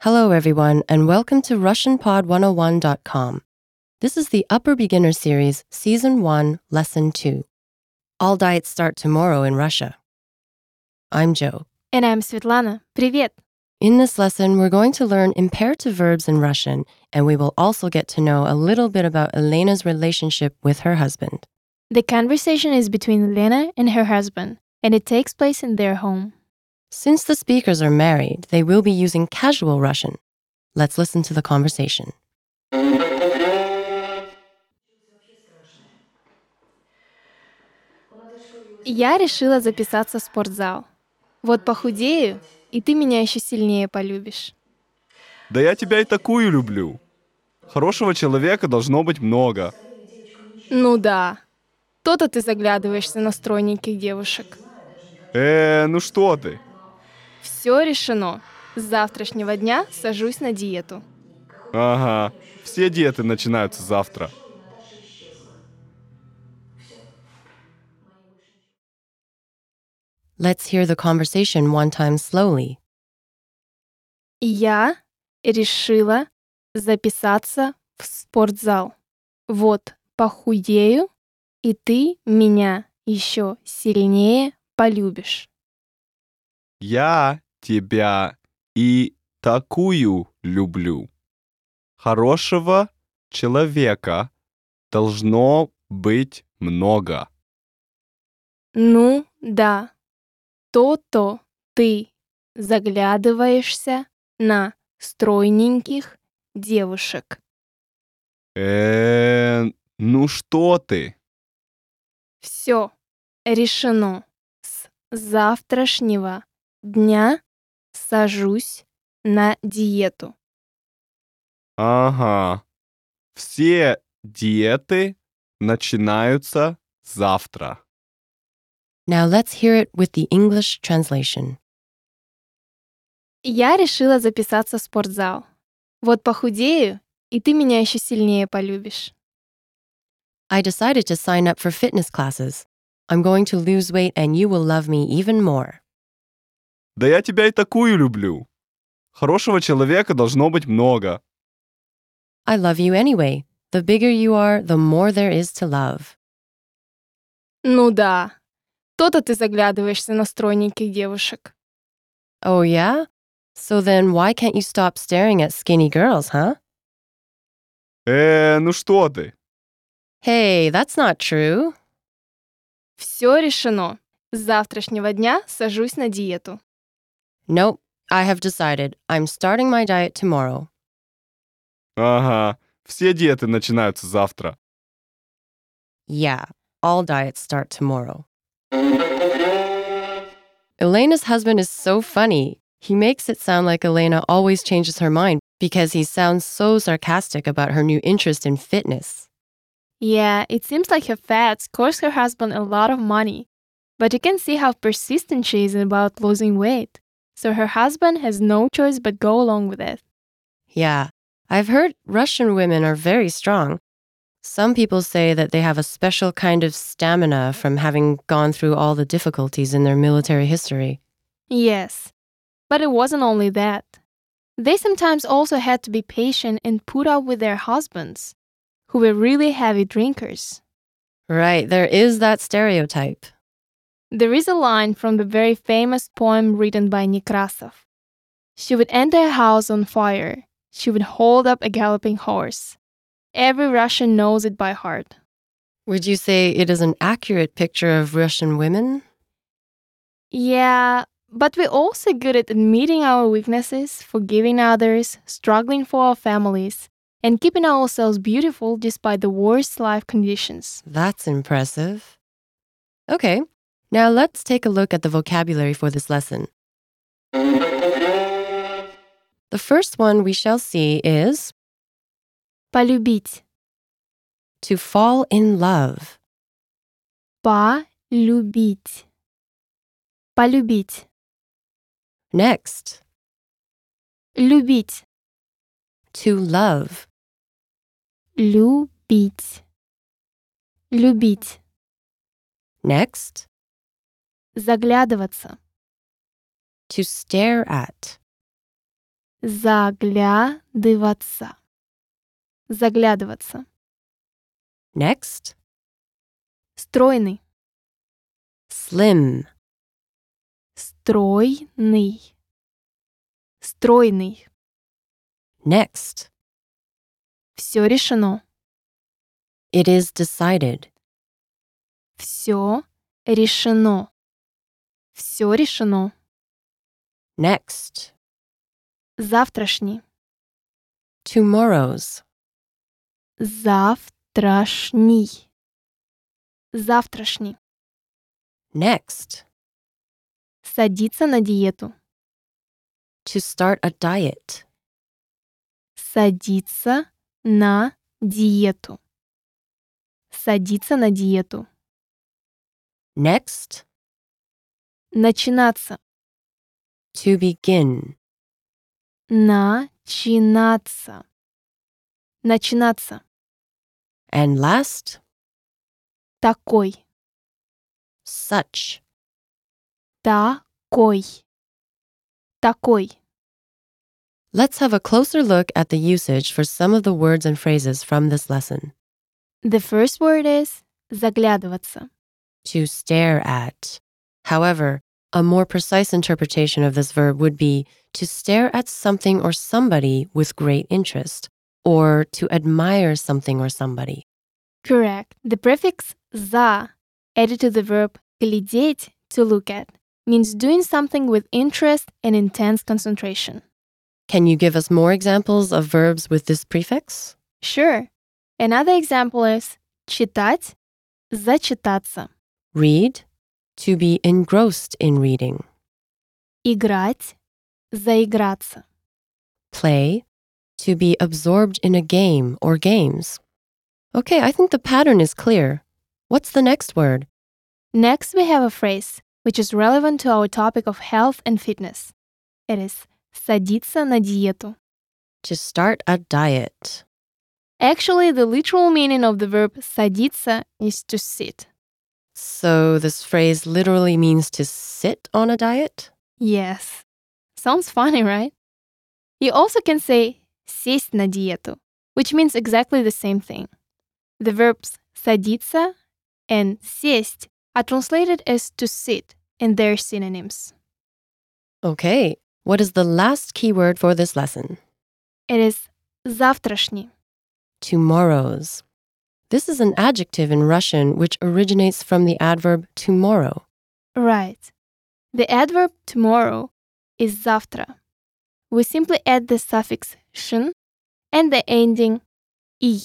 Hello, everyone, and welcome to RussianPod101.com. This is the Upper Beginner Series, Season 1, Lesson 2. All diets start tomorrow in Russia. I'm Joe. And I'm Svetlana. Привет! In this lesson, we're going to learn imperative verbs in Russian, and we will also get to know a little bit about Elena's relationship with her husband. The conversation is between Lena and her husband, and it takes place in their home. Since the speakers are married, they will be using casual Russian. Let's listen to the conversation. Я решила записаться в спортзал. Вот похудею, и ты меня еще сильнее полюбишь. Да я тебя и такую люблю. Хорошего человека должно быть много. Ну да. То-то ты заглядываешься на стройненьких девушек. Э, ну что ты? Все решено. С завтрашнего дня сажусь на диету. Ага. Все диеты начинаются завтра. Let's hear the conversation one time slowly. Я решила записаться в спортзал. Вот похудею, и ты меня еще сильнее полюбишь. Я тебя и такую люблю. Хорошего человека должно быть много. Ну да, то-то ты заглядываешься на стройненьких девушек. Э, ну что ты? Все решено. С завтрашнего дня сажусь на диету. Ага. Все диеты начинаются завтра. Now let's hear it with the English translation. Я решила записаться в спортзал. Вот похудею, и ты меня еще сильнее полюбишь. I decided to sign up for fitness classes. I'm going to lose weight and you will love me even more. Да я тебя и такую люблю. Хорошего человека должно быть много. I love you anyway. The bigger you are, the more there is to love. Ну да. То-то ты заглядываешься на стройненьких девушек. Oh, yeah? So then why can't you stop staring at skinny girls, huh? Э, ну что ты? Hey, that's not true. Все решено. С завтрашнего дня сажусь на диету. Nope, I have decided. I'm starting my diet tomorrow. Ага. Все диеты начинаются завтра. Yeah, all diets start tomorrow. Elena's husband is so funny. He makes it sound like Elena always changes her mind because he sounds so sarcastic about her new interest in fitness. Yeah, it seems like her fads cost her husband a lot of money. But you can see how persistent she is about losing weight. So her husband has no choice but go along with it. Yeah, I've heard Russian women are very strong. Some people say that they have a special kind of stamina from having gone through all the difficulties in their military history. Yes. But it wasn't only that. They sometimes also had to be patient and put up with their husbands, who were really heavy drinkers. Right, there is that stereotype. There is a line from the very famous poem written by Nekrasov. She would enter a house on fire. She would hold up a galloping horse. Every Russian knows it by heart. Would you say it is an accurate picture of Russian women? Yeah, but we're also good at admitting our weaknesses, forgiving others, struggling for our families, and keeping ourselves beautiful despite the worst life conditions. That's impressive. Okay, now let's take a look at the vocabulary for this lesson. The first one we shall see is Полюбить. to fall in love. Полюбить. Полюбить. Next, Любить. to love. Любить. Любить. Next, Заглядываться. to stare at. Заглядываться. Заглядываться. Next, Стройный. slim, Стройный. Стройный. next. Все решено. It is decided. Все решено. Все решено. Next, Завтрашний. tomorrow's, Завтрашний. Завтрашний. next. Садиться на диету. To start a diet. Садиться на диету. Садиться на диету. Next, Начинаться. to begin. Начинаться. Начинаться. And last, Такой. such. Такой. Такой. Let's have a closer look at the usage for some of the words and phrases from this lesson. The first word is заглядываться. To stare at. However, a more precise interpretation of this verb would be to stare at something or somebody with great interest, or to admire something or somebody. Correct. The prefix за added to the verb глядеть to look at means doing something with interest and intense concentration. Can you give us more examples of verbs with this prefix? Sure. Another example is читать, зачитаться, Read. To be engrossed in reading. играть, заиграться, play, to be absorbed in a game or games. Okay, I think the pattern is clear. What's the next word? Next, we have a phrase which is relevant to our topic of health and fitness. It is садиться на диету. To start a diet. Actually, the literal meaning of the verb садиться is to sit. So, this phrase literally means to sit on a diet? Yes. Sounds funny, right? You also can say сесть на диету, which means exactly the same thing. The verbs садиться and сесть are translated as to sit, and they're synonyms. Okay, what is the last keyword for this lesson? It is завтрашний. Tomorrow's. This is an adjective in Russian which originates from the adverb tomorrow. Right. The adverb tomorrow is завтра. We simply add the suffix shin and the ending i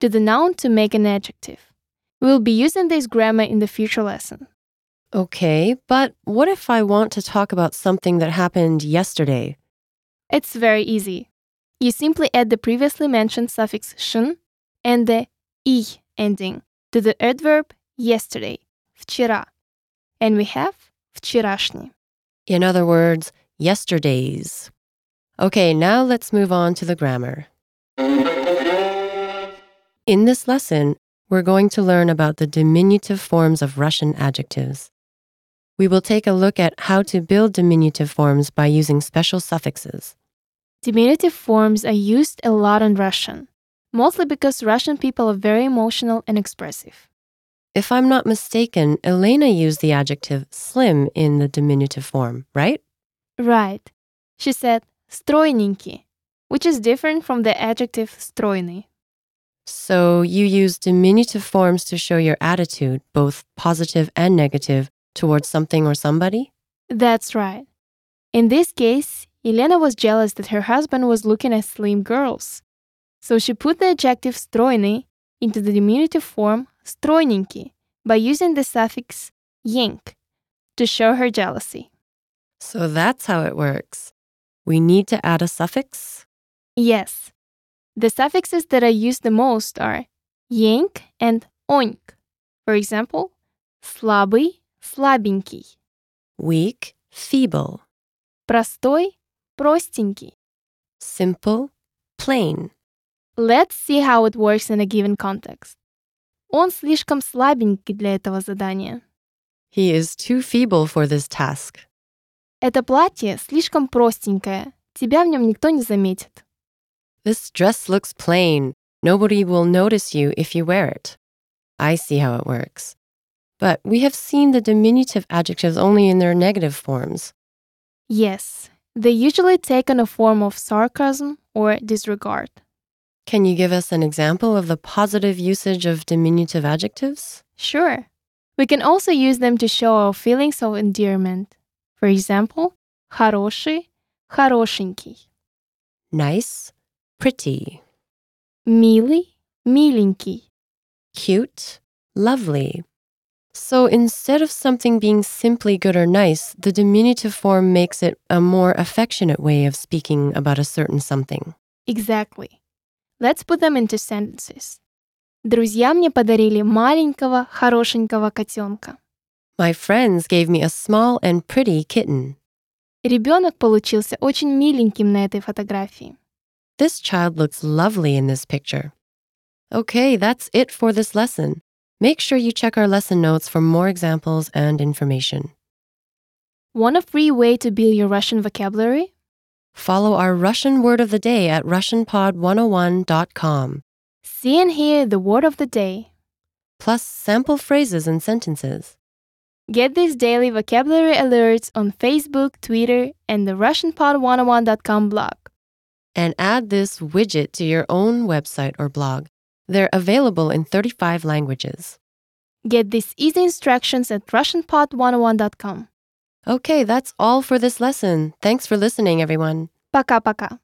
to the noun to make an adjective. We'll be using this grammar in the future lesson. Okay, but what if I want to talk about something that happened yesterday, It's very easy. You simply add the previously mentioned suffix shin and the i ending to the adverb yesterday, вчера. And we have вчерашний. In other words, yesterday's. Okay, now let's move on to the grammar. In this lesson, we're going to learn about the diminutive forms of Russian adjectives. We will take a look at how to build diminutive forms by using special suffixes. Diminutive forms are used a lot in Russian, mostly because Russian people are very emotional and expressive. If I'm not mistaken, Elena used the adjective slim in the diminutive form, right? Right. She said стройненький, which is different from the adjective стройный. So you use diminutive forms to show your attitude, both positive and negative, towards something or somebody? That's right. In this case, Elena was jealous that her husband was looking at slim girls. So she put the adjective стройный into the diminutive form стройненький by using the suffix yank to show her jealousy. So that's how it works. We need to add a suffix. Yes. The suffixes that are used the most are yank and oink. For example, слабый, слабенький, Weak, feeble. простой, простенький. Simple, plain. Let's see how it works in a given context. Он слишком слабенький для этого задания. He is too feeble for this task. Это платье слишком простенькое, Тебя в нем никто не заметит. This dress looks plain. Nobody will notice you if you wear it. I see how it works. But we have seen the diminutive adjectives only in their negative forms. Yes, they usually take on a form of sarcasm or disregard. Can you give us an example of the positive usage of diminutive adjectives? Sure. We can also use them to show our feelings of endearment. For example, хороший, хорошенький, Nice, pretty, милый, миленький. cute, lovely. So instead of something being simply good or nice, the diminutive form makes it a more affectionate way of speaking about a certain something. Exactly. Let's put them into sentences. Друзья мне подарили маленького, хорошенького котенка. My friends gave me a small and pretty kitten. Ребенок получился очень миленьким на этой фотографии. This child looks lovely in this picture. Okay, that's it for this lesson. Make sure you check our lesson notes for more examples and information. Want a free way to build your Russian vocabulary? Follow our Russian word of the day at RussianPod101.com, See and hear the word of the day. plus sample phrases and sentences. Get these daily vocabulary alerts on Facebook, Twitter, and the RussianPod101.com blog. And add this widget to your own website or blog. They're available in 35 languages. Get these easy instructions at RussianPod101.com. Okay, that's all for this lesson. Thanks for listening, everyone. Пока-пока.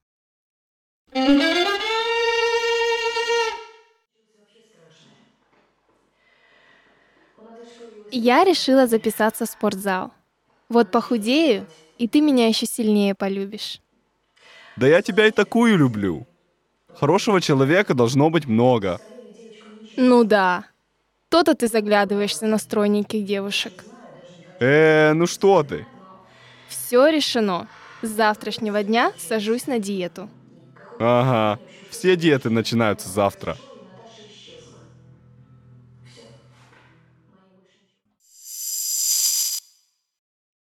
Я решила записаться в спортзал. Вот похудею, и ты меня еще сильнее полюбишь. Да я тебя и такую люблю. Хорошего человека должно быть много. Ну да. То-то ты заглядываешься на стройненьких девушек. Э, ну что ты? Все решено. С завтрашнего дня сажусь на диету. Ага, все диеты начинаются завтра.